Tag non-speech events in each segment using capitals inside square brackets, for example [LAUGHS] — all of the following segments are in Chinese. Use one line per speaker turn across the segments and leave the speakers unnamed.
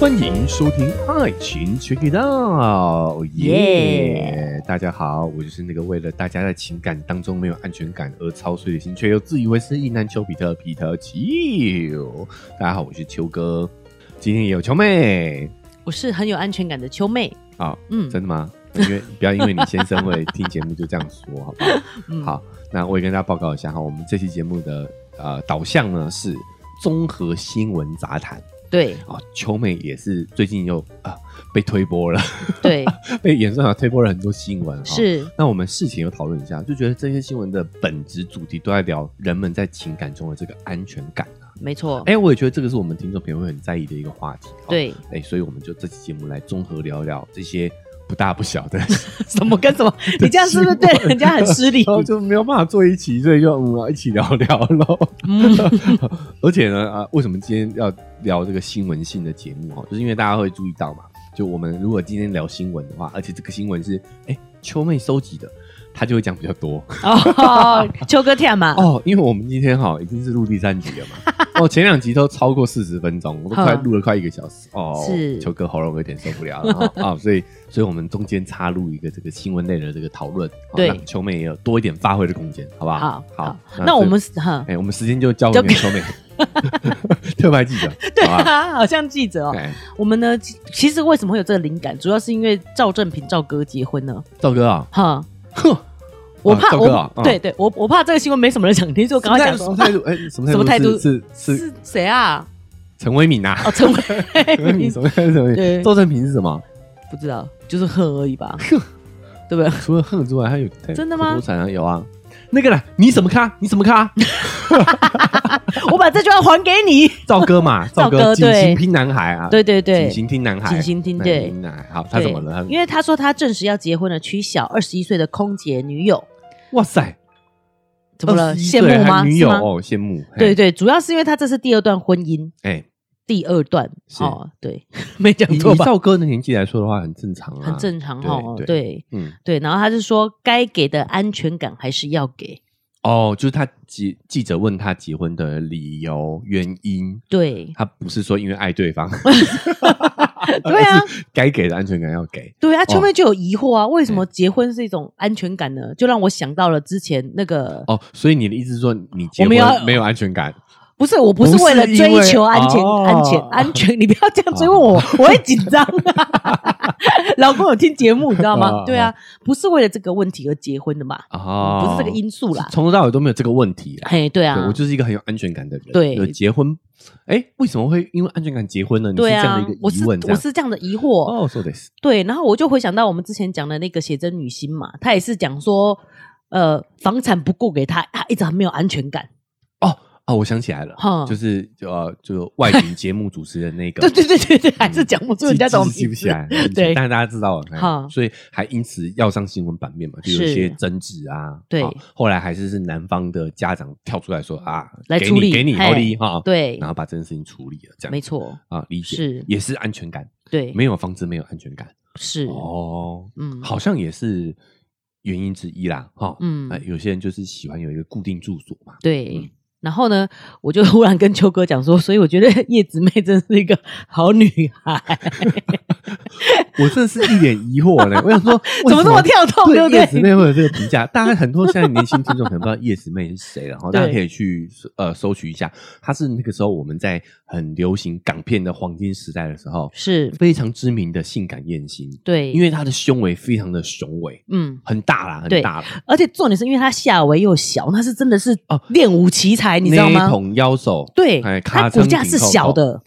欢迎收听《爱情 Check It Out》，耶！大家好，我就是那个为了大家在情感当中没有安全感而操碎了心，却又自以为是意男丘比特皮特丘。大家好，我是丘哥，今天也有丘妹。
我是很有安全感的秋妹。
好，
嗯
真的吗？因为不要因为你先生会听节目就这样说，好不好？
[LAUGHS] 嗯，
好，那我也跟大家报告一下哈，我们这期节目的呃导向呢是综合新闻杂谈
对
啊。秋妹也是最近又啊、被推播了， [LAUGHS]
对
被演算法推播了很多新闻哈。。啊
是，
那我们事前有讨论一下，就觉得这些新闻的本质主题都在聊人们在情感中的这个安全感啊。
没错，
哎、我也觉得这个是我们听众朋友会很在意的一个话题。哈，
对，
哎、所以我们就这期节目来综合聊一聊这些不大不小的
什么跟什么， [LAUGHS] 你这样是
[LAUGHS]
不是对人家很失礼
然？哦后就没有办法坐一起，所以就嗯、啊一起聊聊喽。
嗯，
[LAUGHS] 而且呢，啊，为什么今天要聊这个新闻性的节目哦？就是因为大家会注意到嘛，就我们如果今天聊新闻的话，而且这个新闻是哎秋妹收集的，她就会讲比较多
哦，秋哥天嘛，
哦。因为我们今天哈已经是录第三集了嘛，
[LAUGHS]
哦，前两集都超过四十分钟，我都快
嗯
录了快一个小时哦。
是
秋哥喉咙有点受不了了
[LAUGHS]
哈啊、所以所以我们中间插入一个这个新闻类的这个讨论，哦
对
让秋妹也有多一点发挥的空间，好不好？
好
好
好，，那我
所以
们哈
哎、，我们时间就交给
交给
美秋美， [LAUGHS] 特派记者，
对
好吧？
啊，好像记者哦。
哎，
我们呢，其其实为什么会有这个灵感，主要是因为赵正平赵哥结婚了，
赵哥啊，
哈。
哼，
我
啊
怕
赵哥啊嗯
我对对，我我怕这个新闻没什么人想听，所以我刚刚想
什
说
么态度？哎，什么态度？
什么态度
是是是
是谁啊？
陈伟敏呐，啊
哦，
[LAUGHS]
陈伟
陈伟敏什么态度？陈伟敏
对
赵正平是什么？
[LAUGHS] 不知道，就是恨而已
[LAUGHS]
吧，
哼
对不对？ [LAUGHS]
除了恨之外，还有
真的吗
我产有啊，那个啦，你什么咖？你什么啊
[LAUGHS]
咖？
我把这句话还给你。
赵哥嘛，
赵哥
哥，锦
对
心拼男孩啊，
对对对，
锦心听男孩，
锦心听
哎
对
男孩。好，他怎么了？他
因为他说他证实要结婚了，娶小二十一岁的空姐女友，
哇塞，
怎么了？
21
羡
岁
慕
还
吗？
女
是
友
吗
哦，羡慕。嘿
对，对，主要是因为他这是第二段婚姻， [LAUGHS]
哎，
第二段
是
哦，对， [LAUGHS] 没讲
以
错
以
吧？
赵哥的年纪来说的话，很正常啊，
很正常哦，
对
对
嗯，
对，然后他是说该给的安全感还是要给，
哦，就是他结记者问他结婚的理由原因， [LAUGHS]
对
他不是说因为爱对方，
[LAUGHS] 对啊
呃 [LAUGHS] 而，哦是该给的安全感要给。
对啊，秋妹就有疑惑啊，为什么结婚是一种安全感呢？就让我想到了之前那个，
哦，所以你的意思是说你结婚
我们要
没有安全感？
不是，我不是
不是
为了
因为
追求安全、
哦
安全、安全， [LAUGHS] 你不要这样追问我，我会紧张。啊
[LAUGHS]
老公有听节目，你知道
哦
吗？对啊，不是为了这个问题而结婚的嘛，
哦，
不是这个因素啦
是。从头到尾都没有这个问题啦。
嘿，对
对
啊
我，就是一个很有安全感的人。
对
结婚，哎，为什么会因为安全感结婚呢？你是这
对
样
啊
的一，个
我
疑
是
问，这
我
样
是这样的疑惑。
哦，说的是
对，然后我就回想到我们之前讲的那个写真女星嘛，她也是讲说，呃，房产不顾给她，她一直很没有安全感。
哦哦，我想起来了，
哼
就是呃，就外景节目主持人那个，
[LAUGHS] 对对对对对，还是讲不出人家怎么
记记不起
[LAUGHS]
来，记不起来
对
但是大啊家知道了，
好
哎所以还因此要上新闻版面嘛，就有
是
一些争执啊。
对
啊后来还是是男方的家长跳出来说啊，
来
给
处
你
理
给你
嘿
好利哈，
对
然后把这件事情处理了，这样
没错，
啊，理解
是
也是安全感，
对，
没有房子没有安全感
是，
哦，
嗯，
好像也是原因之一啦，哈，
嗯
哎有些人就是喜欢有一个固定住所嘛，
对。
嗯
然后呢，我就忽然跟秋哥讲说，所以我觉得叶子妹真是一个好女孩，
[LAUGHS] 我真的是一脸疑惑嘞，我想说
[LAUGHS] 怎么这么
跳？
跳动，对
对
不
叶子
对？
妹会有这个评价，大家很多现在年轻听众可能不知道叶子妹是谁了，然后
对
大家可以去呃搜取一下，她是那个时候我们在很流行港片的黄金时代的时候，
是，
非常知名的性感艳星，
对，
因
为
为她的胸围非常的雄伟，
嗯，
很大啦，很
对
大啦，
而且重点是因为她下围又小，她是真的是
哦
练武奇才，你知道
那
吗
一？捧腰手，
对
哎，
她
卡
骨
称
架是小的，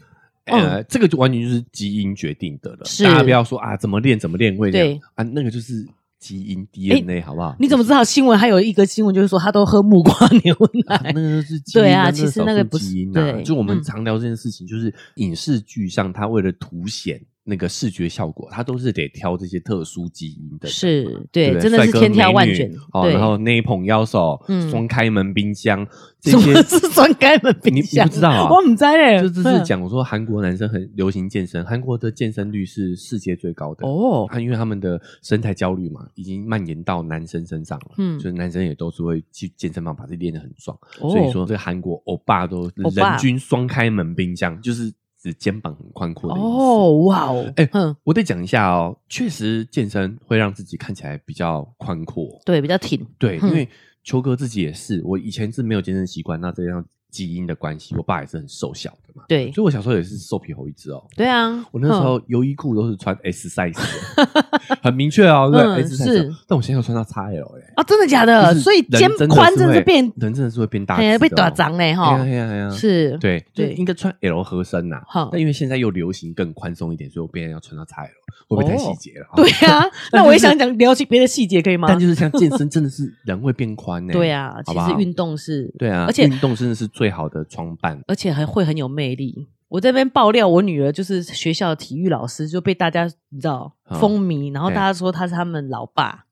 呃，这个就完全就是基因决定的了，
嗯是
大家不要说啊怎么练怎么练会那样
对
啊，那个就是基因 DNA 好不好？
你怎么知道新闻？还有一个新闻就是说她都喝木瓜牛
啊
奶，
[LAUGHS] 那个是基因
[LAUGHS] 对啊
那
其实
少数
那个不是
基因啊。
对
就我们
嗯
常聊这件事情，就是影视剧上，它为了凸显那个视觉效果，它都是得挑这些特殊基因
[LAUGHS]
的。
是
对
对
不，对，
真的
帅
是
哥
千挑万
美
选
女。哦，然后内捧腰手，
嗯
双开门冰箱，这
什
些
么是专开门
你
冰
你
箱？
不知道啊
[LAUGHS] 我不知道嘞，
就这是
嗯
讲我说韩国男生很流行健身，韩国的健身率是世界最高的。
哦，
啊，因为他们的身材焦虑嘛，已经蔓延到男生身上了，嗯，
嗯
就是男生也都是会去健身房把自己练得很壮，
哦
所以说这韩国欧巴都
欧巴
人均双开门冰箱，就是指肩膀很宽阔的意思。
哦，哇哦，
哎
嗯，
我得讲一下哦，确实健身会让自己看起来比较宽阔。
对，比较挺，
对，
嗯
因为秋哥自己也是，我以前是没有健身习惯，那这样基因的关系，我爸也是很瘦小的嘛，
对，
所以我小时候也是瘦皮猴一只哦。
对啊，
我那时候优衣库都是穿 S size，的很明确哦，对不对
嗯
S size，
是
但我现在要穿到 XL 哎
嗯，啊，真的假的？
就是
所以
人
肩
真的
宽
是
真的
会
是变，
人真的是会变大只的
哎
哦，
被打长嘞
哎呀，
哈
哎，呀哎呀，
是，
对对，
对
就应该穿 L 合身呐
好，
但因为现在又流行更宽松一点，所以我变成要穿到 XL，会不会太细节了？
对啊。
[LAUGHS]
那
但
我也
就是
想讲聊起别的细节，可以吗？
但就是像健身，真的是人会变宽呢。
[LAUGHS] 对啊，其
好不好
实运动是，
对啊，
而且
运动真的是最好的装
[LAUGHS]
扮。
而且还会很有魅力。我这边爆料，我女儿就是学校的体育老师，就被大家你知道
啊
风靡，然后
哎
大家说她是他们老爸。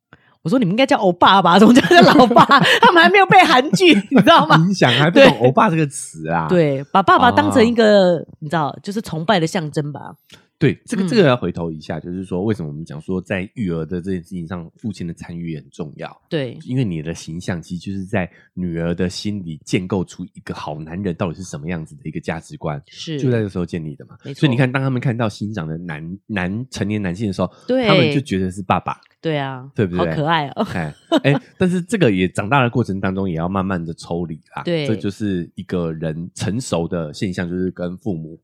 我说你们应该叫欧巴吧，怎么叫叫老
[LAUGHS]
爸？他们还没有被韩剧，你知道吗？
影响还不
对
懂“欧巴”这个词啊？
对，把爸爸当成一
啊
个、你知道，就是崇拜的象征吧。
对，这个
嗯
这个要回头一下，就是说为什么我们讲说在育儿的这件事情上，父亲的参与也很重要，
对，
因为你的形象其实就是在女儿的心里建构出一个好男人到底是什么样子的一个价值观，
是
就在这个时候建立的嘛。
没错
所以你看，当他们看到欣赏的男男成年男性的时候，
对
他们就觉得是爸爸。
对啊，
对不对
好可爱哦。 [LAUGHS]
哎哎，但是这个也长大的过程当中，也要慢慢的抽离啦。
对
这就是一个人成熟的现象，就是跟父母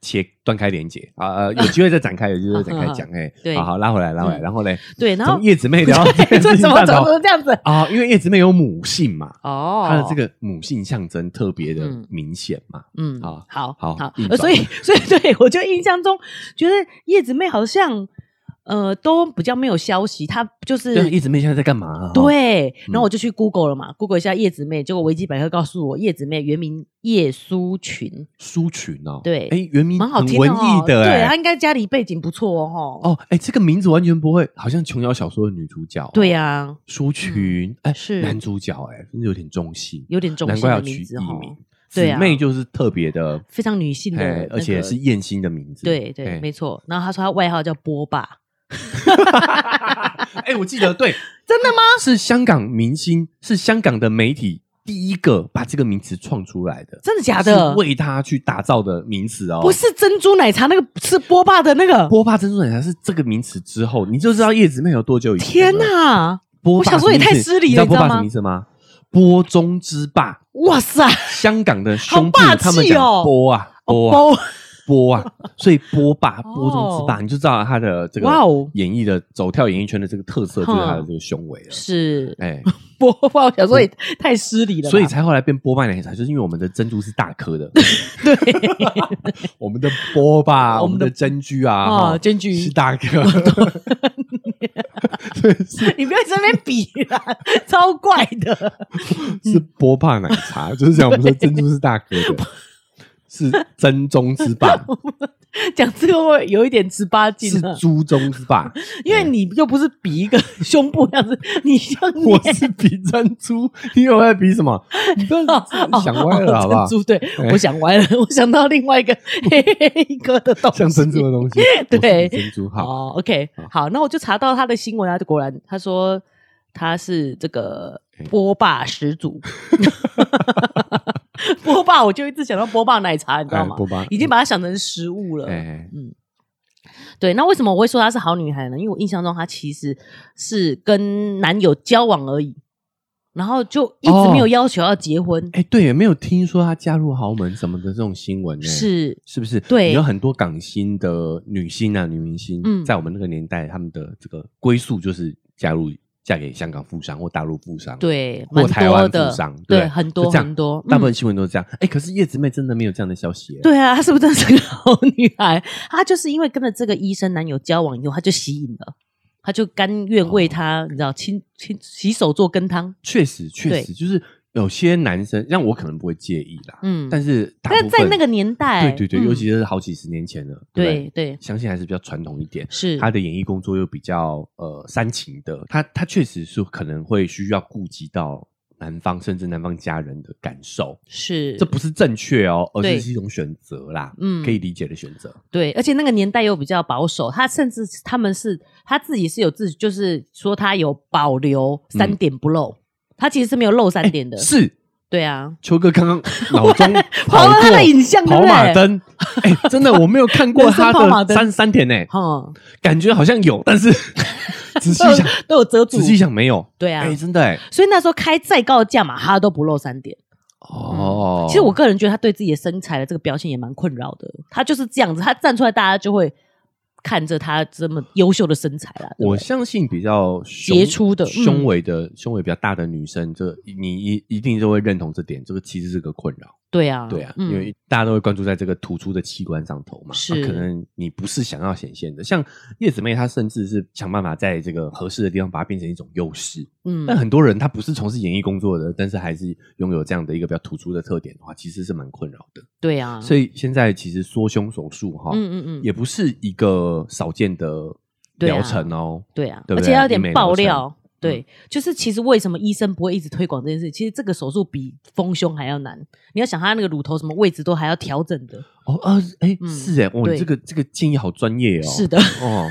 切断开连接啊。呃，有机会再展开，有机会再
[LAUGHS]
展开讲。哎，
对
好好拉回来，拉回来，
嗯
然后嘞，
对，然后
从叶子妹
[LAUGHS]
聊
对这怎么怎么怎么
么
这样子？
啊？因为叶子妹有母性嘛，
哦，
她的这个母性象征特别的
嗯
明显嘛。
嗯，
好
好，
好
好
硬，
呃，
转
所以，所以， [LAUGHS] 对我就印象中觉得叶子妹好像，呃，都比较没有消息，她就是
对，叶子妹现在在干嘛啊？
对，
嗯
然后我就去 Google 了嘛、g o o g l e 一下叶子妹，结果维基百科告诉我，叶子妹原名叶苏群，
苏群哦，
对
哎，原名
蛮好
很
听
文
的哦
艺的，
对，她
哎。
应该家里背景不错哦，吼
哦，哎、这个名字完全不会，好像琼瑶小说的女主角哦、
对呀、嗯
舒群，哎、
是
男主角、哎，真的有点中性，
有点中
难
性
怪
的
要取
名字
艺
哈，
名。
对
姊
啊
妹就是特别的，
非常女性的
哎
那个
而且是艳星的名字。
对对，
哎
没错。然后她说她外号叫
[LAUGHS]
波霸，
哎、我记得，对，
真的吗？
是香港明星，是香港的媒体第一个把这个名词创出来的，
真的假
是
的？
为他去打造的名词哦，
不。是珍珠奶茶那个，是波霸的那个。
波霸珍珠奶茶是这个名词之后，你就知道叶子妹有多久以前。
天！哪！
波霸
我想说
什么
也太
意思
失礼
你知
了
道波霸
你知道
什
吗
么意思吗？波中之霸，
哇塞，
香港的胸部
好霸，气哦
他们讲波啊波啊
包
[LAUGHS] 波啊，所以波霸
哦
波中之霸，你就知道他的这个
哇哦
演艺的走跳演艺圈的这个特色，就是他的这个胸围了。
是
[LAUGHS] 哎，
波霸，我想说也太失礼了吧，
所以才后来变波霸奶茶，就是因为我们的珍珠是大颗的，
[LAUGHS] 对
[LAUGHS] 我们的波霸，
我
我
们
们
的
的珍珠啊，
啊，
哈
娟君，
是大
[LAUGHS]
颗。 [LAUGHS]
你不要在那边比啦， [LAUGHS] 超怪的，
是波霸奶
[LAUGHS]
茶，就是讲我们说珍珠是大颗的，是珍中之
[LAUGHS]
霸，
讲这个会有一点十八禁
是
了，
猪中之霸。
因为你又不是比一个胸部那样子， [LAUGHS] 你像
我
念
是比珍珠，你有在比什
[LAUGHS]
么？你不要想歪了好不好
哦
哎
珍？珠，对我想歪了，我想到另外一个黑黑哥的东西，，
像珍珠的东西
[LAUGHS]
我是
对
比珍珠好。
哦，OK，好，那我就查到他的新闻啊，果然他说他是这个
嘿
波霸始祖， [LAUGHS] 波霸我就一直想到波霸奶茶，你知道
哎，
吗？
波霸，
已经把它想成食物了。
哎，
对，那为什么我会说她是好女孩呢？因为我印象中她其实是跟男友交往而已，然后就一直
哦
没有要求要结婚，
哎，对，也没有听说她嫁入豪门什么的这种新闻呢，
是
是不是？
对
有很多港星的女星啊，女明星
嗯，
在我们那个年代，她们的这个归宿就是嫁入嫁给香港富商或大陆富商，，
对，蛮
或台
多
湾富
的
商，，不
对，很多
就这样
很多，
大部
嗯
分新闻都是这样。哎，可是叶子妹真的没有这样的消息，，
对啊，她是不是真的是个好女孩？她就是因为跟着这个医生男友交往以后，她就吸引了，她就甘愿
哦
为他，你知道，亲亲洗手做羹汤。
确实确
对
实就是有些男生，让我可能不会介意啦，
嗯，
但是大
但
部
在
分
那个年代，
对对对，
嗯
尤其是好几十年前了，对不对
对对
相信还是比较传统一点。
是
他的演艺工作又比较呃煽情的，他他确实是可能会需要顾及到男方甚至男方家人的感受，
是
这不是正确哦，而
对
是是一种选择啦，
嗯
可以理解的选择。
对，而且那个年代又比较保守，他甚至是他们是他自己是有自，就是说他有保留三点不漏，他其实是没有漏三点的，
嗯哎是
对啊，
秋哥刚刚脑
[LAUGHS]
中跑
了
过
他的影像，对
跑
不
马
对？
灯，哎、真的我没有看过
人生
他
跑马
的
灯
三三田呢、
哈，
感觉好像有，但
[LAUGHS]
是仔细
都有
想，
[LAUGHS] 都有遮住
仔，细想没有。
对啊
哎、。真的哎、
所以那时候开再高的价码，他都不露三点。
哦、
嗯其实我个人觉得他对自己的身材的这个标签也蛮困扰的。他就是这样子，他站出来，大家就会看着他这么优秀的身材啦。对不
我
对
相信比较胸
杰出的嗯
胸围的胸围比较大的女生，这你一一定就会认同这点，这个其实是个困扰。
对啊，
对啊，
嗯
因为大家都会关注在这个突出的器官上头嘛，啊
是
那可能你不是想要显现的。像叶子妹，她甚至是想办法在这个合适的地方把它变成一种优势。但 [LAUGHS]
嗯，
很多人他不是从事演艺工作的，但是还是拥有这样的一个比较突出的特点的话，其实是蛮困扰的。
对啊，
所
以
以现在其实缩胸手术哈，
嗯嗯嗯，
也不是一个少见的
对啊
疗程哦。
对啊，
对不
而
对
且要有
医美疗
点爆
程嗯
料。对，就是其实为什么医生不会一直推广这件事？其实这个手术比丰胸还要难。你要想他那个乳头什么位置都还要调整的。
哦啊，哎、
嗯
是哎，哇，
对
你这个这个建议好专业哦。
是的， [LAUGHS]
哦，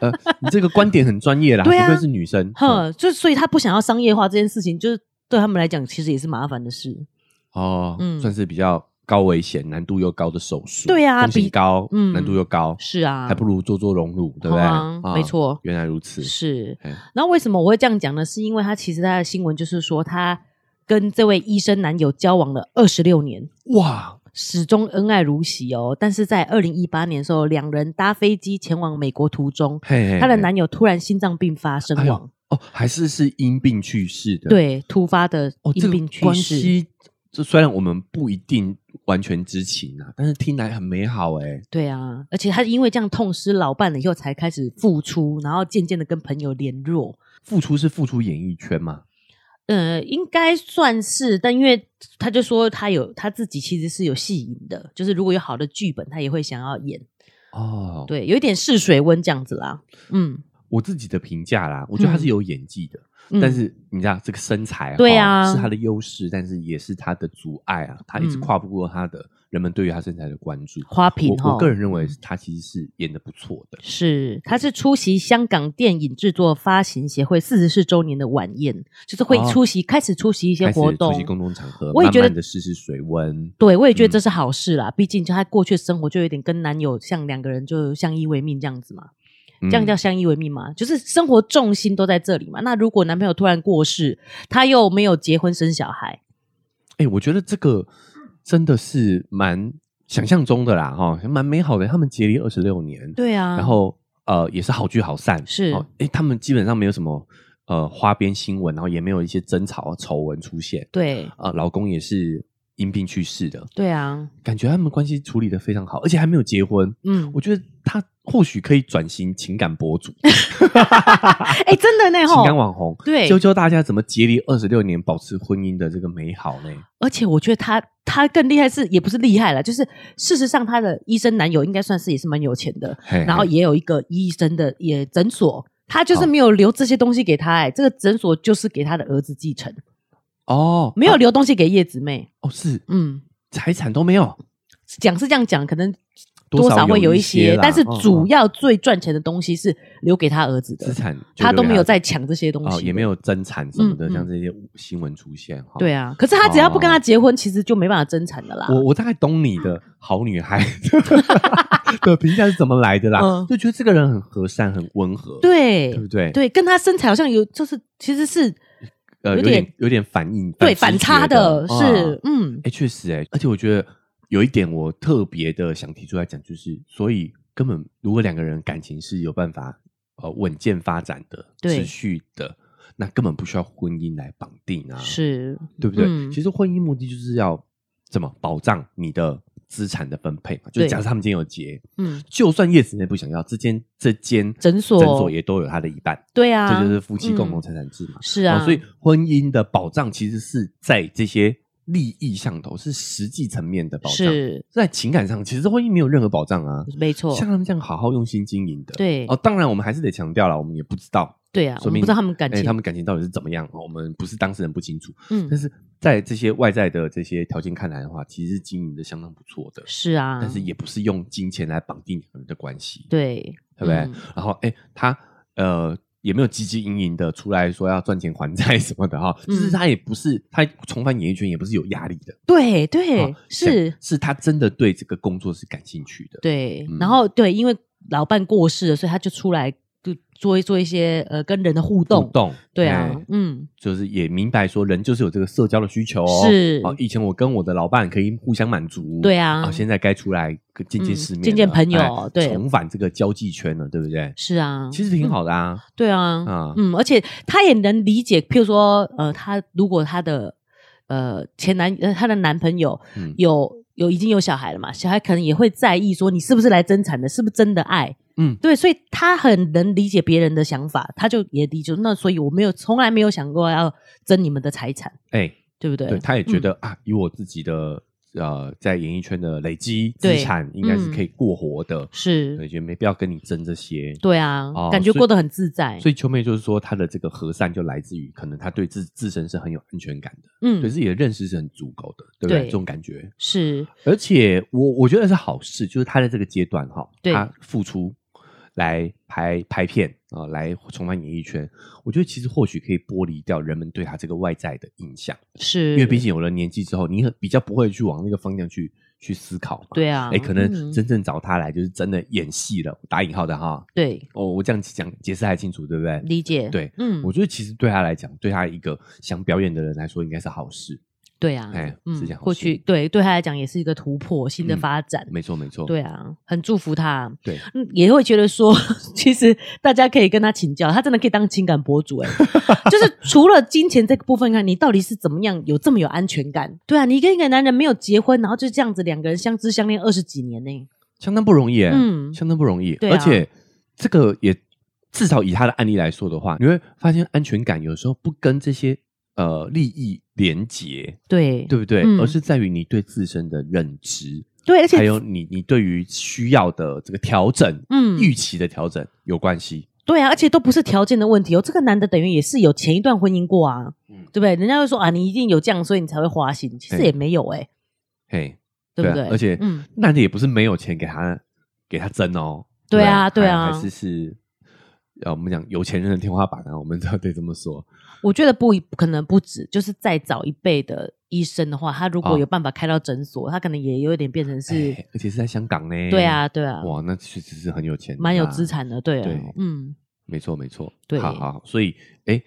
呃，你这个观点很专业啦，
对啊
不愧是女生。嗯
哼，就所以他不想要商业化这件事情，就是对他们来讲其实也是麻烦的事。
哦，
嗯
算是比较高危险、难度又高的手术。
对啊
风险
比
高，
嗯
难度又高，
是啊，
还不如做做隆乳，对不对？
啊
啊
没错
原来如此。
是
哎。
然后为什么我会这样讲呢？是因为他其实他的新闻就是说，他跟这位医生男友交往了二十六年，
哇，
始终恩爱如洗哦。但是在二零一八年的时候，两人搭飞机前往美国途中，
嘿嘿嘿
她的男友突然心脏病发身
哎呦
亡，
哦，还是是因病去世的。，
对，突发的
哦，这
因
个
病去
关
世。
系，这虽然我们不一定完全知情啊，但是听来很美好哎。
对啊，而且她因为这样痛失老伴了以后，才开始复出，然后渐渐的跟朋友联络。
付出是付出演艺圈嘛？
呃，应该算是，但因为他就说他有他自己其实是有戏瘾的，就是如果有好的剧本，他也会想要演。
哦，
对，有一点试水温这样子啦。嗯，
我自己的评价啦，我觉得他是有演技的，
嗯
但是你知道这个身材，
对
哦
啊
是他的优势，但是也是他的阻碍啊，他一直
嗯
跨不过他的、人们对于他身材的关注。
花瓶
我
哈
我，个人认
嗯
为他其实是演的不错的。
是他是出席香港电影制作发行协会四十四周年的晚宴，就是会
哦
出席、开始出席一些
开始
活动
出席。公众场合，
我也觉得
慢慢的试试水温。
对，我也觉
嗯
得这是好事啦，毕竟就她过去的生活就有点跟男友像两个人就相依为命这样子嘛。这样
嗯
叫相依为命吗？就是生活重心都在这里嘛。那如果男朋友突然过世，他又没有结婚生小孩，
哎、我觉得这个真的是蛮想象中的啦，哈、蛮美好的。他们结离二十六年，
[LAUGHS] 对啊
然后呃也是好聚好散，
是
哎、诶他们基本上没有什么呃花边新闻，然后也没有一些争吵啊丑闻出现。
对
啊、老公也是因病去世的，
对啊，
感觉他们关系处理的非常好，而且还没有结婚。
嗯，
我觉得他或许可以转型情感博
[LAUGHS]
主、
哎、真的呢
情感
吼，
网红，
哦对
教教大家怎么结离二十六年，保持婚姻的这个美好呢？
而且我觉得他他更厉害是也不是厉害了，就是事实上他的医生男友应该算是也是蛮有钱的，
嘿
然后
嘿
也有一个医生的也诊所。他就是
好
没有留这些东西给他、哎，这个诊所就是给他的儿子继承，
哦，
没有留东西给叶子妹。
哦，是
嗯，
财产都没有，
讲是这样讲，可能
多
多
少
少会
有
有
一
一
些
些，
啦
但是主
嗯嗯
要最赚钱的东西是留给他儿子的
资，产就
他都
留给
没有
儿子
在抢这些东
哦，
西的
也没。有争产什么的，
嗯嗯
像这些新闻出现哈。
对啊，可是他只要不跟他结婚，其实就没办法争产的啦。
哦我我大概懂你的好女孩的 [LAUGHS] 评价是怎么来的啦，
嗯
就觉得这个人很和善，很温和，
对
对不对？
对，跟他身材好像有，就是其实是
呃，有
有
点
点
有点反应
对
反
反
直觉
差的，
嗯
是嗯，
哎，确实哎，而且我觉得有一点我特别的想提出来讲，就是所以根本如果两个人感情是有办法呃稳健发展的、
对
持续的，那根本不需要婚姻来绑定啊，
是
对不对？
嗯
其实婚姻目的就是要怎么保障你的资产的分配嘛，就
对
是假设他们今天有结，
嗯，
就算叶子内不想要，这间这间
诊所
诊所也都有他的一半，
对啊，
这就是夫妻共同
嗯
财产制嘛。
是啊，
哦所以婚姻的保障其实是在这些利益上头，是实际层面的保障。
是
在情感上，其实婚姻没有任何保障啊。
没错，
像他们这样好好用心经营的，
对
哦，当然我们还是得强调了，我们也不知道，
对啊，
说
我们
明
不知道他们感
哎
情，
他们感情到底是怎么样，哦我们不是当事人不清楚。但
嗯
是在这些外在的这些条件看来的话，其实是经营的相当不错的，
是啊，
但是也不是用金钱来绑定两个人的关系，
对
对不对？
嗯
然后，哎，他呃也没有积极营营的出来说要赚钱还债什么的哈、就是
嗯
他也不是他重返演艺圈也不是有压力的，
对对
啊
是，
是他真的对这个工作是感兴趣的。
对
嗯。
然后对，因为老伴过世了，所以他就出来就做一做一些呃跟人的互
互
动。
动
对啊
哎，
嗯，
就是也明白说人就是有这个社交的需求哦。
是
啊，以前我跟我的老伴可以互相满足。
对啊
现在该出来见见世面了、
嗯见见朋友
哎
对
重返这个交际圈了，对不对？
是啊，
其实挺好的啊。
对啊，
啊
嗯，而且她也能理解，譬如说，呃，她如果她的呃前男呃她的男朋友
嗯
有有已经有小孩了嘛，小孩可能也会在意说你是不是来争产的，是不是真的爱，
嗯
对，所以她很能理解别人的想法，她就也理解，那所以我没有从来没有想过要争你们的财产，
哎、
对不对？嗯
对，他也觉得、啊，以我自己的呃在演艺圈的累积资
对嗯
产，应该是可以过活的，所
是，
以就没必要跟你争这些。
对啊，
哦
感觉过得很自在，
所以秋妹就是说，她的这个和善就来自于可能她对自自身是很有安全感的，
嗯
对，自己的认识是很足够的，对不对？
对
这种感觉，
是，
而且我我觉得是好事，就是她在这个阶段哈，
对
她付出来拍拍片啊、来重返演艺圈，我觉得其实或许可以剥离掉人们对她这个外在的印象。
是，
因为毕竟有了年纪之后，你很比较不会去往那个方向去去思考嘛。、
对啊，
哎、可能
嗯
真正找他来就是真的演戏了，打引号的哈。
对
哦，我这样讲解释还清楚，对不对？
理解，
对
嗯
我，觉得其实对他来讲，对他一个想表演的人来说，应该是好事。
对啊，
哎是
嗯
这样，
过
是
去对对他来讲也是一个突破，新的
嗯
发展。
没错，没错。
对啊，很祝福他。
对
嗯，也会觉得说， [LAUGHS] 其实大家可以跟他请教，他真的可以当情感博主哎、就是除了金钱这个部分看，你到底是怎么样有这么有安全感？对啊，你跟一个男人没有结婚，然后就这样子两个人相知相恋二十几年呢、
相当不容易耶，
嗯
相当不容易。
对啊
而且这个也至少以他的案例来说的话，你会发现安全感有时候不跟这些呃利益连结，
对
对不对？
嗯
而是在于你对自身的认知。
对，而且
还有你你对于需要的这个调整，
嗯
预期的调整有关系。
对啊，而且都不是条件的问题哦。这个男的等于也是有前一段婚姻过啊，
嗯
对不对？人家会说啊，你一定有这样，所以你才会花心，其实
对
也没有哎、
嘿，
对不
对
对？
啊而且
嗯，
那你也不是没有钱给他给他争哦。
对啊
不
对啊
还还是是呃，我们讲有钱人的天花板啊，我们都得这么说。
我觉得不一可能不止，就是再早一辈的医生的话，他如
哦
果有办法开到诊所，他可能也有一点变成是，
哎而且是在香港呢。
对啊，，对啊，
哇，那确实是很有钱的啊，
蛮有资产的，对啊，
对
嗯，
没错，没错，
对
好好，好所以哎，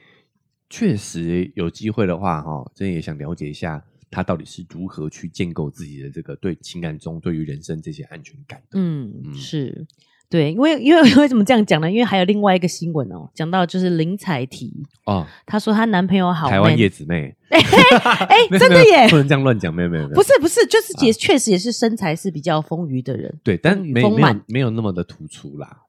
确实有机会的话，哈，真的也想了解一下他到底是如何去建构自己的这个对情感中对于人生这些安全感的。嗯
嗯，是。对，因为因为 [LAUGHS] 为什么这样讲呢？因为还有另外一个新闻哦，讲到就是林采缇，
哦，
她说她男朋友好
台湾
man
叶子
[LAUGHS]
妹，
哎、
没有
真
没
的
有
耶
不，能这样乱讲，没有没有没有，
不是不是，就是
啊
也、确实也是身材是比较丰腴
[LAUGHS]
的人，
对，但
风雨
没没
丰
有
满
没有那么的突出啦。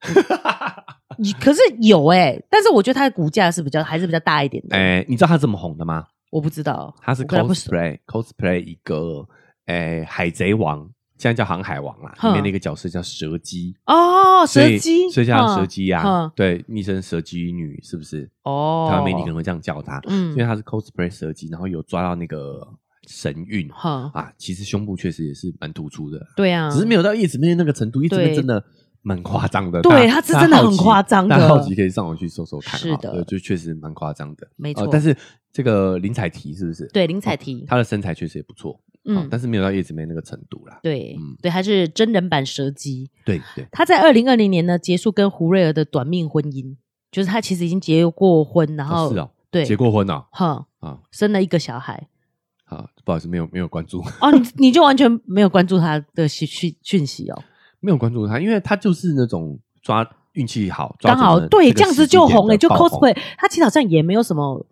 你可是有哎、但是我觉得她的骨架是比较还是比较大一点的，
哎，你知道她怎么红的吗？
我不知道，
她是
我跟她不熟
cosplay cosplay 一个哎海贼王，现在叫航海王啦，里
哼
面的一个角色叫蛇姬。
哦，
所以
蛇姬，
所以叫
嗯
蛇姬啊
嗯，
对，昵称蛇姬女是不是？
哦，
台湾媒体可能会这样叫她，因为
嗯，
她是 cosplay 蛇姬，然后有抓到那个神韵
好，
啊，其实胸部确实也是蛮突出的，
对啊，
只是没有到叶子妹那个程度，叶子妹
对
真的蛮夸张的，
对
大家
她是真的
大家好奇
很夸张的
大家好奇可以上网去搜搜看，
是
哈
的
对就确实蛮夸张的，
没
呃
错
但是这个林采缇是不是？，
对林采缇，
她的身材确实也不错，嗯
嗯，
但是没有到叶子妹那个程度啦。
对
嗯
对，她是真人版蛇姬。
对对，
她在二零二零年呢结束跟胡瑞儿的短命婚姻，就是她其实已经结过婚，然
哦
后
是哦，
对
结，过婚哦，
哼，
啊
生了一个小孩。
好，不好意思，没有没有关注，
哦，你 [LAUGHS] 你就完全没有关注她的讯讯讯息哦，
没有关注她，因为她就是那种抓运气好，抓
刚好
准了
对
个
这样
时
子
机
就
点
红
的
了，就
爆红
cosplay。她其实好像也没有什么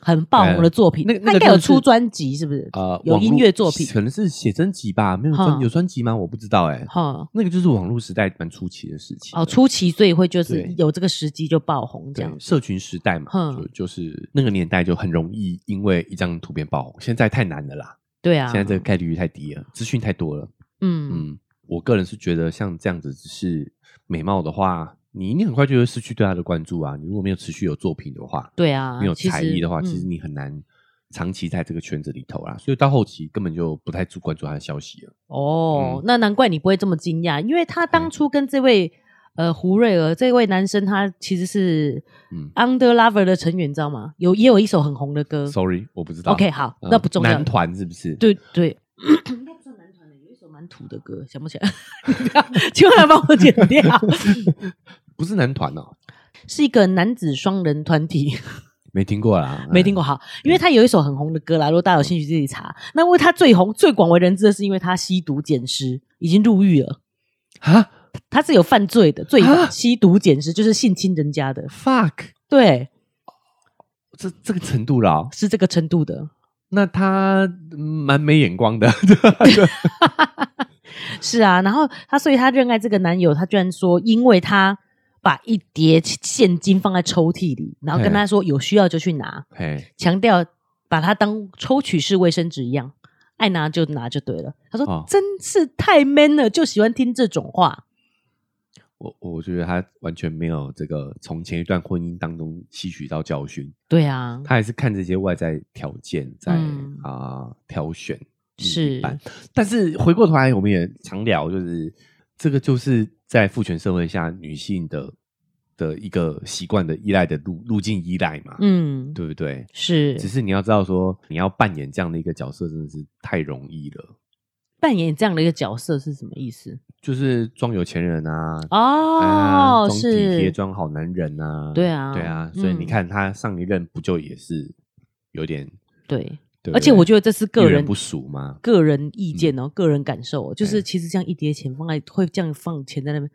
很爆红的作品
哎那，那个
她应该有
就是
出专辑是不是？
呃
有
网
音
络
乐作品
可能是写真集吧，没有专
哈
有专辑吗？我不知道哎、
哈，
那个就是网络时代蛮初期的事情
哦，初期所以会就是
对
有这个时机就爆红
对
这样子。
社群时代嘛，
哼
就就是那个年代就很容易因为一张图片爆红，现在太难了啦，
对啊，
现在这个概率太低了，资讯太多了。
嗯，
嗯，我个人是觉得像这样子只是美貌的话，你你很快就会失去对他的关注啊。你如果没有持续有作品的话，
对啊，
没有
其
才
实
艺的话，其实
嗯
你很难长期在这个圈子里头啦。所以到后期根本就不太注关注他的消息了。
哦
嗯，
那难怪你不会这么惊讶，因为他当初跟这位呃胡瑞儿这位男生，他其实是
嗯
Under Lover 的成员，你知道吗？有也有一首很红的歌。
，sorry，我不知道。
OK，好，
嗯
那不重要
男。团是不是？，
对对，应该不算男团的，有一首蛮土的歌，想不起来。 [LAUGHS] 你不要请问来帮我剪掉。 [LAUGHS]
不是男团哦，
是一个男子双人团体，
没听过啦，
没听过好，因为他有一首很红的歌啦，如果大家有兴趣自己查。那因为他最红、最广为人知的是，因为他吸毒捡尸，已经入狱了。
嗯啊
他是有犯罪的，罪
啊
吸毒捡尸就是性侵人家的，
，fuck，
对，
这这个程度了哦，
是这个程度的。
那他嗯蛮没眼光的， [LAUGHS]
是啊，然后他，所以他热爱这个男友，他居然说，因为他把一叠现金放在抽屉里，然后跟他说有需要就去拿，
嘿，
强调把它当抽取式卫生纸一样，爱拿就拿就对了。他说、
哦
真是太 man 了，就喜欢听这种话。
我我觉得他完全没有这个从前一段婚姻当中吸取到教训，
对啊，
他还是看这些外在条件在啊、
嗯
挑选另一
是
半但是回过头来，我们也常聊，就是这个就是在父权社会下女性的的一个习惯的依赖的路路径依赖嘛，
嗯，
对不对？
是
只是你要知道说，你要扮演这样的一个角色，真的是太容易了。
扮演这样的一个角色是什么意思？
就是装有钱人啊，啊
哦，
装体贴、
是，
装好男人啊，
对啊
对啊。所以你
嗯
看，他上一任不就也是有点，
对，
对不对
而且我觉得这是个
遇
人
不淑吗？
个人意见哦，个人感受哦、就是
对
其实这样一叠钱放在会这样放钱在那边，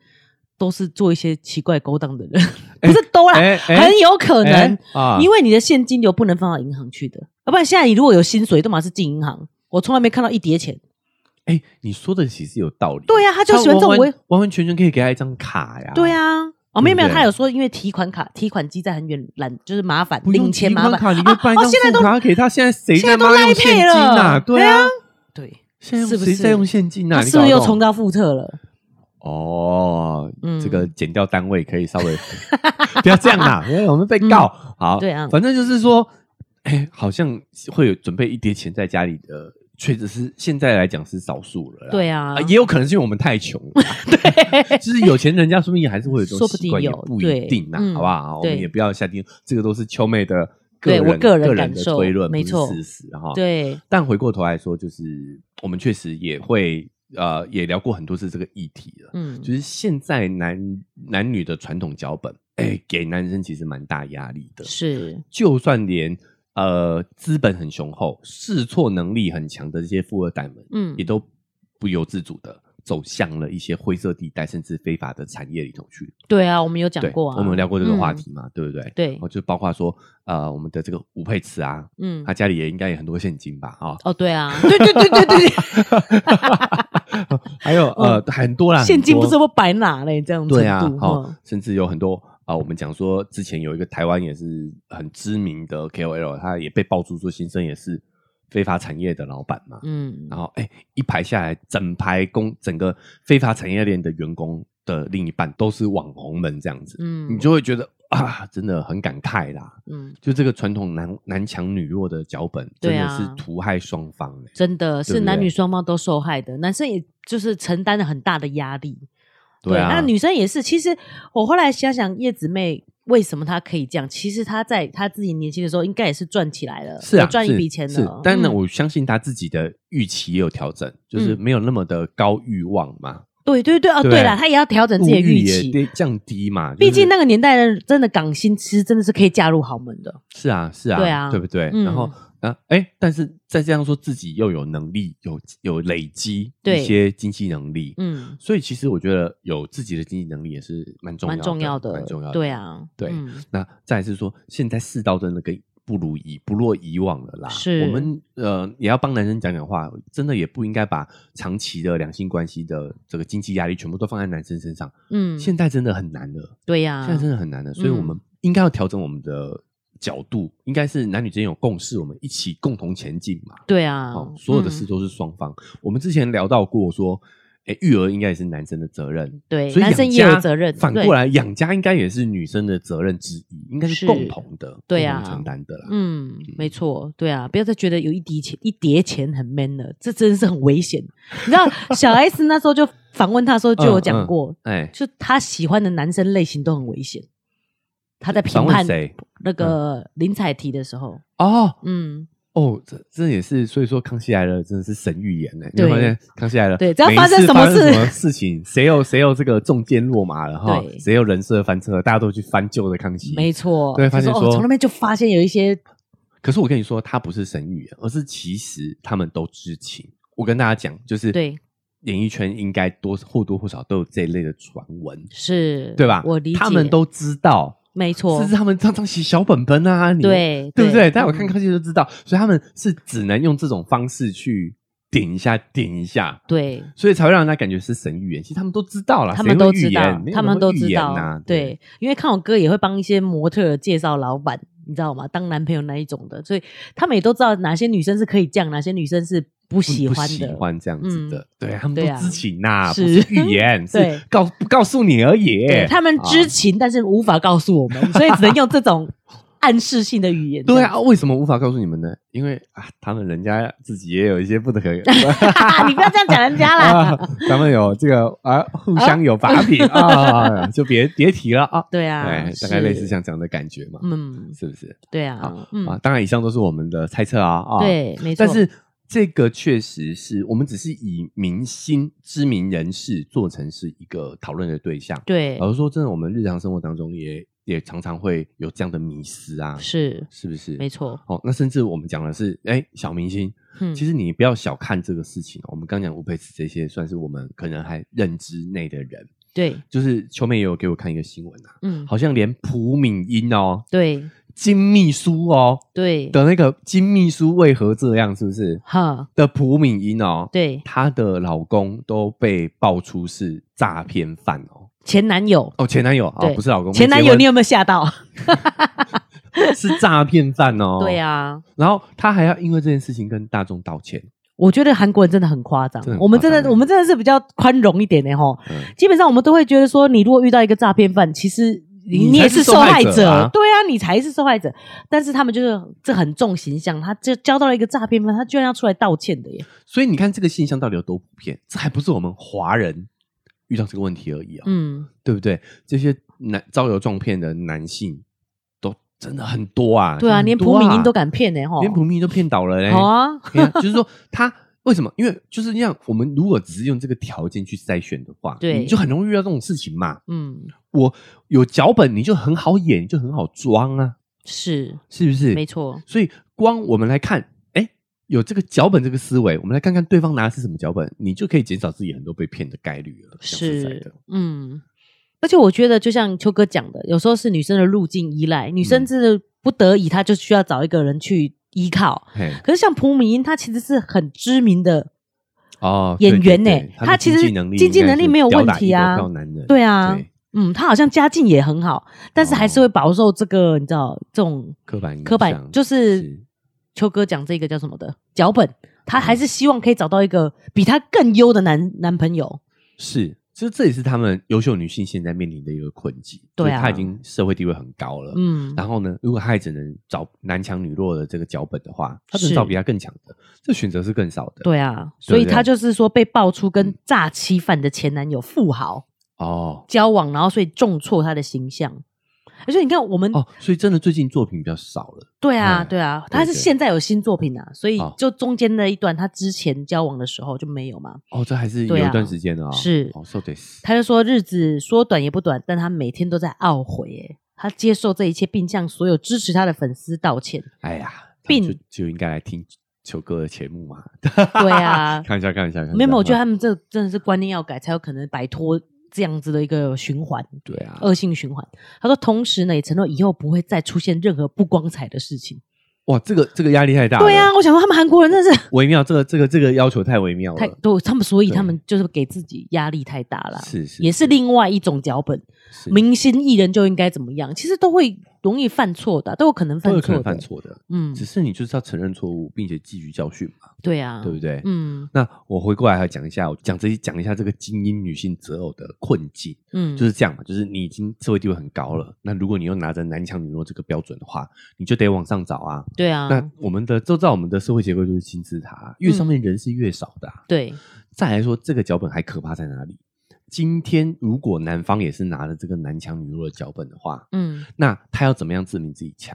都是做一些奇怪勾当的人，不是都啦，
哎哎
很有可能、
哎啊
因为你的现金流不能放到银行去的，要不然现在你如果有薪水，都嘛是进银行。我从来没看到一叠钱，
哎，你说的其实有道理。
对呀他就喜欢这种
完
微
完完完全全可以给他一张卡呀。
对啊，哦，没有没有，
对不对
他有说因为提款卡、提款机在很远，懒就是麻烦，
不用
领钱
哦提
麻
款
烦
卡，你就办一
哦，现在
张
都
副卡给他。现在谁
现在
在
都
妈用
赖
现
配
金啊？
了，
对
啊，，对，
现在
是
用
不是
谁在用现金啊？
他
你
是不
搞
是又
懂
冲到副特了？
哦，
嗯
这个减掉单位可以稍微 [LAUGHS] 不要这样啦，因为我们被告。好，
对啊
反正就是说，哎，好像会有准备一叠钱在家里的，确实是现在来讲是少数了啦。
对啊，
也有可能是因为我们太穷
[LAUGHS]
了啦，就是有钱人家说不定还是会有这种
说不
习惯，
定
也
有
不
对
一定啦，
嗯
好不好？我们
对
也不要下定，这个都是秋妹的个
对
人
我个人
的
感受
推论，
没
不是
错
事实哈。。
对，
但回过头来说，就是我们确实也会呃，也聊过很多次这个议题了。
嗯，
就是现在男男女的传统脚本，哎、给男生其实蛮大压力的。
嗯是，
就算连呃资本很雄厚、试错能力很强的这些富二代们，
嗯
也，都不由自主的走向了一些灰色地带，甚至非法的产业里头去。
对啊，我们有讲
对，
过啊，
我们有聊过这个话
嗯，
题嘛，对不对？
对
哦，，就包括说呃我们的这个吴佩慈啊，
嗯
他，家里也应该也很多现金吧？啊、
[LAUGHS] 哦，对啊，对对对对
[LAUGHS]
对对，
还有呃、很多啦，
嗯现金不
很
是
多
我摆哪嘞？这样
对啊，
程度
好、
嗯
甚至有很多啊、我们讲说之前有一个台湾也是很知名的 KOL，他也被爆出说先生也是非法产业的老板嘛。
嗯，
然后哎、一排下来，整排工整个非法产业链的员工的另一半都是网红们这样子，
嗯
你就会觉得啊，真的很感慨啦。
嗯，
就这个传统男男强女弱的脚本，真
对
的
啊
是屠害双方、欸。
真的
对
是
不
男
对
女双方都受害的，男生也就是承担了很大的压力，
对啊，
那女生也是。其实我后来想想，叶子妹为什么她可以这样？其实她在她自己年轻的时候，应该也是赚起来了，
是啊，
有赚一
是
笔钱
是
了。，
但呢，
嗯
我相信他自己的预期也有调整，就是
嗯
没有那么的高欲望嘛，
对对对，哦
对
对了，她也要调整自
物
己的
欲
预
也
期。
得降低嘛。
毕竟
呢，
那个年代的真的港星，其实真的是可以嫁入豪门的。
是啊，是啊，
对啊
对不对？
嗯
然后啊，哎，但是再这样说，自己又有能力，有有累积
对
一些经济能力，
嗯，
所以其实我觉得有自己的经济能力也是蛮重要
蛮
的，
重要的，
蛮重要的。
对，啊，
对
嗯
那再来是说，现在世道真的跟不如以不落以往了啦。
是
我们呃也要帮男生讲讲话，真的也不应该把长期的两性关系的这个经济压力全部都放在男生身上。
嗯，
现在真的很难了，
对啊呀，
现在真的很难了，所以我
嗯
们应该要调整我们的角度，应该是男女之间有共识，我们一起共同前进嘛。
对啊
哦，，所有的事
嗯
都是双方。我们之前聊到过说，哎，育儿应该也是男生的责任，
对，
所以
男
养
生也有
家
责任。
反
对
过，来，养家应该也是女生的责任之一，应该是
是
共同的，
对
共同
啊
承担的啦。
嗯，没错，对啊，不要再觉得有一滴钱一叠钱很 man 了，这真的是很危险。你知
[LAUGHS]
道小 S 那时候就访问他的时候就有讲过，
哎，
就他喜欢的男生类型都很危险。他在评
访问
判
谁？嗯
那个林采缇的时候，
哦
嗯，
哦，这这也是，所以说《康熙来了》真的是神预言呢。你会
对
发现《康熙来了》
对只要
每一
发生
次
什么
什
事
么事情，谁有谁有这个中箭落马了哈，
对
谁有人设翻车，大家都去翻旧的康熙。
没错，
对发现
就
说
哦，从那边就发现有一些
可是我跟你说，他不是神预言，而是其实他们都知情。我跟大家讲，就是
对
演艺圈应该多或多或少都有这一类的传闻，
是，
对吧？
我理解，
他们都知道，
没错
甚，至他们常常写小本本啊，你
对
[LAUGHS] 对不对？大家有
嗯
看康熙就知道，所以他们是只能用这种方式去点一下，点一下，
对，
所以才会让人家感觉是神预言。其实他们都知道啦，
他们
谁
都
会
知
预
道
言，没有人会
他们都知
预言
道，
呐，
对，因为看我哥也会帮一些模特儿介绍老板，你知道吗？当男朋友那一种的，所以他们也都知道哪些女生是可以这样，哪些女生是不
不
喜
不
欢
喜
的。
欢这样子的，对他们
对
都
啊
知情呐，
是
不是预
[LAUGHS]
言，
对
是告不告诉你而已
对，。他们知
啊
情，但是无法告诉我们，所以只能用
[LAUGHS]
这种暗示性的语言。
对啊，为什么无法告诉你们呢？因为啊，他们人家自己也有一些不得
[LAUGHS]
可，
这样子，你不要这样讲人家啦。
啊，咱们有这个啊，互相有把柄啊，就别别提了啊。
对啊
哎，，大概类似
是，
像这样的感觉嘛，
嗯，
是不是？
对
好
啊，
啊
嗯，，
当然，以上都是我们的猜测啊啊。，
对，没错。
但是这个确实是我们只是以明星、知名人士做成是一个讨论的对象。
对，
老实说，真的，我们日常生活当中也也常常会有这样的迷失啊，
是
是不是？
没错。
哦，那甚至我们讲的是，哎、小明星，
嗯，
其实你不要小看这个事情哦。我们刚讲吴佩慈这些，算是我们可能还认知内的人。
对，
就是秋妹也有给我看一个新闻啊，
嗯，
好像连朴敏英哦、
对
金秘书哦
对，
的那个金秘书为何这样，是不是？
哈，
的朴敏英哦，
对，
她的老公都被爆出是诈骗犯哦。
前男友，
哦，前男友哦，
对
不是老公，
前男友
没
你
结
有没有吓到？
婚 [LAUGHS] 是诈骗犯哦。
对、啊，
然后她还要因为这件事情跟大众道歉。
我觉得韩国人真的很夸张
真的，很
我们真
夸张
的我们真的是比较宽容一点的吼。
嗯，
基本上我们都会觉得说，你如果遇到一个诈骗犯，其实你
你
你
才
也
是
是
受
受
害
害
者
者
啊，
对啊，你才是受害者。但是他们就是这很重形象，他就交到了一个诈骗犯，他居然要出来道歉的耶。
所以你看这个现象到底有多普遍？这还不是我们华人遇到这个问题而已哦，
嗯，
对不对？这些男招摇撞骗的男性都真的很多啊。
对啊，
真的
连
很多
朴敏英都敢骗呢吼。
连朴敏英都骗倒了嘞。
好啊，
对啊，就是说他为什么？因为就是这样，我们如果只是用这个条件去筛选的话，
对
你就很容易遇到这种事情嘛。
嗯，
我有脚本，你就很好演，你就很好装啊，
是
是不是？
没错，
所以光我们来看，哎，有这个脚本这个思维，我们来看看对方拿的是什么脚本，你就可以减少自己很多被骗的概率了。讲实在的
是，嗯。而且我觉得，就像秋哥讲的，有时候是女生的路径依赖，女生
嗯
是不得已，她就需要找一个人去依靠。
嘿，
可是像朴敏英，她其实是很知名的，
哦，
演
对
员
对
呢
对
他
的
其
经
实
济能力
经济
应该
能力
是
没有
吊
问
打
题
一个
啊
票男人，
对啊
对，哦
嗯，她好像家境也很好，但是还是会饱受这个、你知道这种
刻板印
刻板，
象
就
是
是
嗯
秋哥讲这个叫什么的脚本，她还是希望可以找到一个比她更优的男男朋友。
是，其实这也是他们优秀女性现在面临的一个困境。
对
就
啊
是她已经社会地位很高了。
嗯，
然后呢？如果她也只能找男强女弱的这个脚本的话，她只能
是
找比她更强的，这选择是更少的。
对啊，
对
所
不对嗯
以她就是说被爆出跟诈欺犯的前男友富豪
哦
交往，然后所以重挫她的形象。而且你看，我们、
哦，所以真的最近作品比较少了。
对啊，
嗯
对啊，她
对
是
对
现在有新作品啊，所以
哦
就中间那一段，她之前交往的时候就没有嘛。
哦，这还是有
对啊
一段时间了、啊。
是
哦，so this
他就说日子说短也不短，但他每天都在懊悔，耶，他接受这一切，并向所有支持他的粉丝
[LAUGHS]
道歉。
哎呀，
并
就就应该来听球哥的节目嘛。
对啊
看一下，看一下，看一下
没有，我觉得他们这真的是观念要改，才有可能摆脱这样子的一个循环，
对啊，
恶性循环。他说，同时呢，也承诺以后不会再出现任何不光彩的事情。
哇，这个这个压力太大了。
对啊，，我想说他们韩国人真的是
微妙，这个这个这个要求太微妙了。
太对，他们所以
哦对
他们就是给自己压力太大了。
是是
也是另外一种脚本，
是
明星艺人就应该怎么样，其实都会容易犯错的啊，都有可能
都
犯
有可
错
能
的。
犯错的，
嗯
只，是你就是要承认错误，并且汲取教训嘛，
对啊，
对不对？
嗯
那我回过来还讲一下，我讲这讲一下这个精英女性择偶的困境，
嗯，
就是这样嘛，就是你已经社会地位很高了，那如果你又拿着男强女弱这个标准的话，你就得往上找啊。
对啊，嗯
那我们的都知道，我们的社会结构就是金字塔啊，越上面人是越少的、啊。
对，
再来说，这个脚本还可怕在哪里？今天如果男方也是拿着这个男强女弱的脚本的话，
嗯
那他要怎么样证明自己强？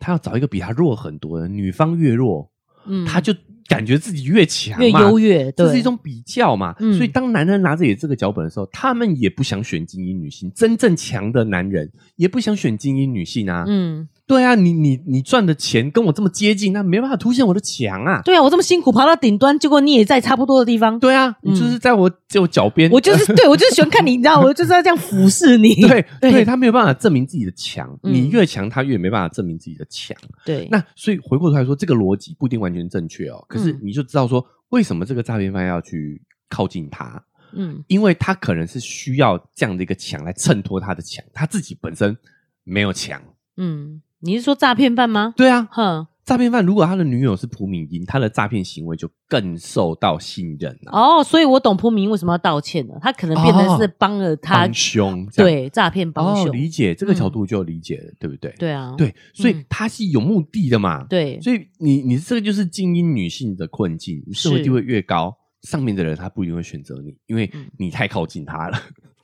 他要找一个比他弱很多的，女方越弱，
嗯，
他就感觉自己越强嘛，
越优越，对，
这是一种比较嘛。
嗯
所以当男人拿着也这个脚本的时候，他们也不想选精英女性，真正强的男人也不想选精英女性啊。
嗯，
对啊，你你你赚的钱跟我这么接近，那没办法凸显我的强啊。
对啊，我这么辛苦爬到顶端，结果你也在差不多的地方，
对啊，
嗯
你就是在我就我脚边，
我就是对我就是喜欢看你，你知道，我就是要这样俯视你， [LAUGHS]
对对，他没有办法证明自己的强，
嗯
你越强，他越没办法证明自己的强。
对，
那所以回过头来说，这个逻辑不一定完全正确哦。可是
嗯
你就知道说，为什么这个诈骗犯要去靠近他？
嗯
因为他可能是需要这样的一个强来衬托他的强，他自己本身没有强。
嗯，你是说诈骗犯吗？
对啊，
哼，
诈骗犯如果他的女友是朴敏英，他的诈骗行为就更受到信任啊，
哦，所以我懂蒲明为什么要道歉了，他可能变成是帮了他，
帮凶这样
对，诈骗帮
哦，
凶，
理解这个
嗯
角度就理解了，对不对？
对啊，
对，所以
嗯
他是有目的的嘛。
对
所以你你这个就是精英女性的困境，你社会
是
地位越高，上面的人他不一定会选择你，因为
嗯
你太靠近他了。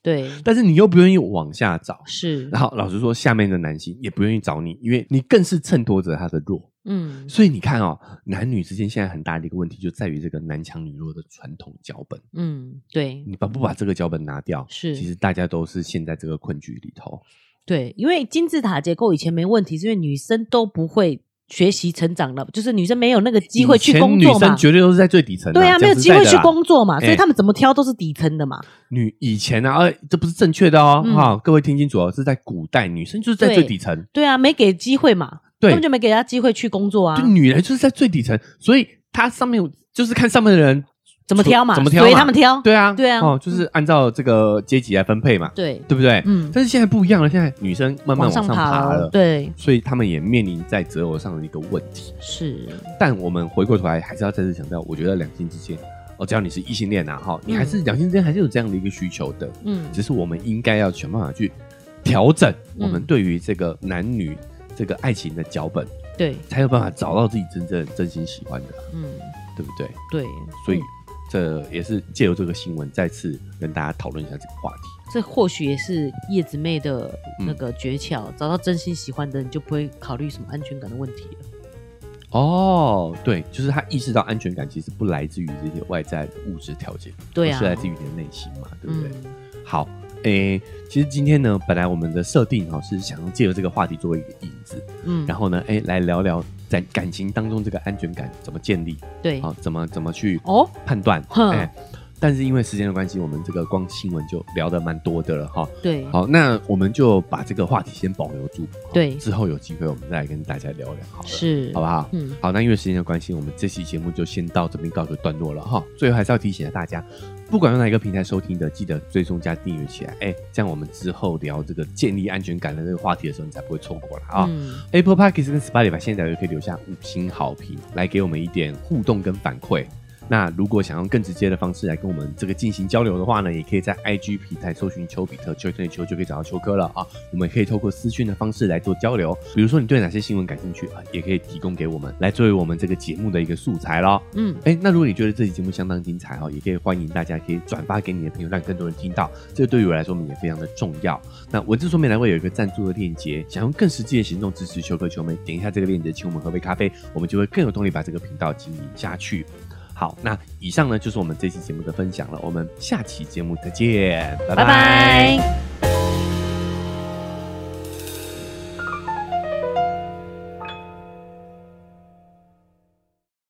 对
但是你又不愿意往下找，
是，
然后老实说，下面的男性也不愿意找你，因为你更是衬托着他的弱。
嗯
所以你看哦，男女之间现在很大的一个问题就在于这个男强女弱的传统脚本。
嗯对
你把不把这个脚本拿掉，
是
其实大家都是陷在这个困局里头。
对，因为金字塔结构以前没问题，是因为女生都不会学习成长了，就是女生没有那个机会去工
以
作
前女生
嘛。
绝对都是在最底层、
对啊，
讲
没有
实
机
在
会
的
去
啦
工作嘛，所
哎
以他们怎么挑都是底层的嘛。
女以前啊，呃，这不是正确的哦，
嗯
哈、各位听清楚哦，是在古代，女生就是在
对
最底层，
对啊，没给机会嘛，
对
根本就没给他机会去工作啊
就，女人就是在最底层，所以她上面就是看上面的人
怎么挑嘛，
怎么挑嘛
随他们挑。
对啊，
对啊
哦，就是按照这个阶级来分配嘛，
对，
对不对？
嗯，
但是现在不一样了，现在女生慢慢往上爬了，，
对，
所以他们也面临在择偶上的一个问题。
是，
但我们回过头来，还是要再次强调，我觉得两性之间，哦，只要你是异性恋啊，哈、你还是两性之间还是有这样的一个需求的，
嗯
只是我们应该要想办法去调整我们
嗯
对于这个男女这个爱情的脚本，
对，
才有办法找到自己真正真心喜欢的，
嗯
对不对？
对，
所以、
嗯
这也是借由这个新闻再次跟大家讨论一下这个话题。
这或许也是叶子妹的那
嗯
个诀窍，找到真心喜欢的人，你就不会考虑什么安全感的问题了。
哦，对，就是他意识到安全感其实不来自于这些外在物质条件，
对
而哦
啊，
是来自于你的内心嘛，对不对？
嗯
好，诶、其实今天呢，本来我们的设定哈、是想要借由这个话题作为一个引子，
嗯，
然
后
后呢，诶，来聊聊在感情当中这个安全感怎么建立。
对，
好，怎么怎么去
哦，
判断？
哼
哎，但是因为时间的关系，我们这个光新闻就聊得蛮多的了哈。
对，
好，那我们就把这个话题先保留住，好
对
之后有机会我们再来跟大家聊聊好了，
是，
好不好？
嗯，
好，那因为时间的关系，我们这期节目就先到这边告一个段落了哈。最后还是要提醒一下大家，不管用哪一个平台收听的，记得追踪加订阅起来。哎、这样我们之后聊这个建立安全感的这个话题的时候，你才不会错过了啊。
嗯
Apple Podcast 跟 Spotify 现在也可以留下五星好评，来给我们一点互动跟反馈。那如果想用更直接的方式来跟我们这个进行交流的话呢，也可以在 IG 平台搜寻丘比特丘对丘就可以找到丘哥了啊。我们也可以透过私讯的方式来做交流，比如说你对哪些新闻感兴趣啊，也可以提供给我们，来作为我们这个节目的一个素材咯。
嗯，
哎，那如果你觉得这期节目相当精彩哦，也可以欢迎大家可以转发给你的朋友，让更多人听到。这对于我来说，我们也非常的重要。那文字说明栏位有一个赞助的链接，想用更实际的行动支持球哥球妹，点一下这个链接，请我们喝杯咖啡，我们就会更有动力把这个频道经营下去。好，那以上呢就是我们这期节目的分享了，我们下期节目再见，拜
拜拜。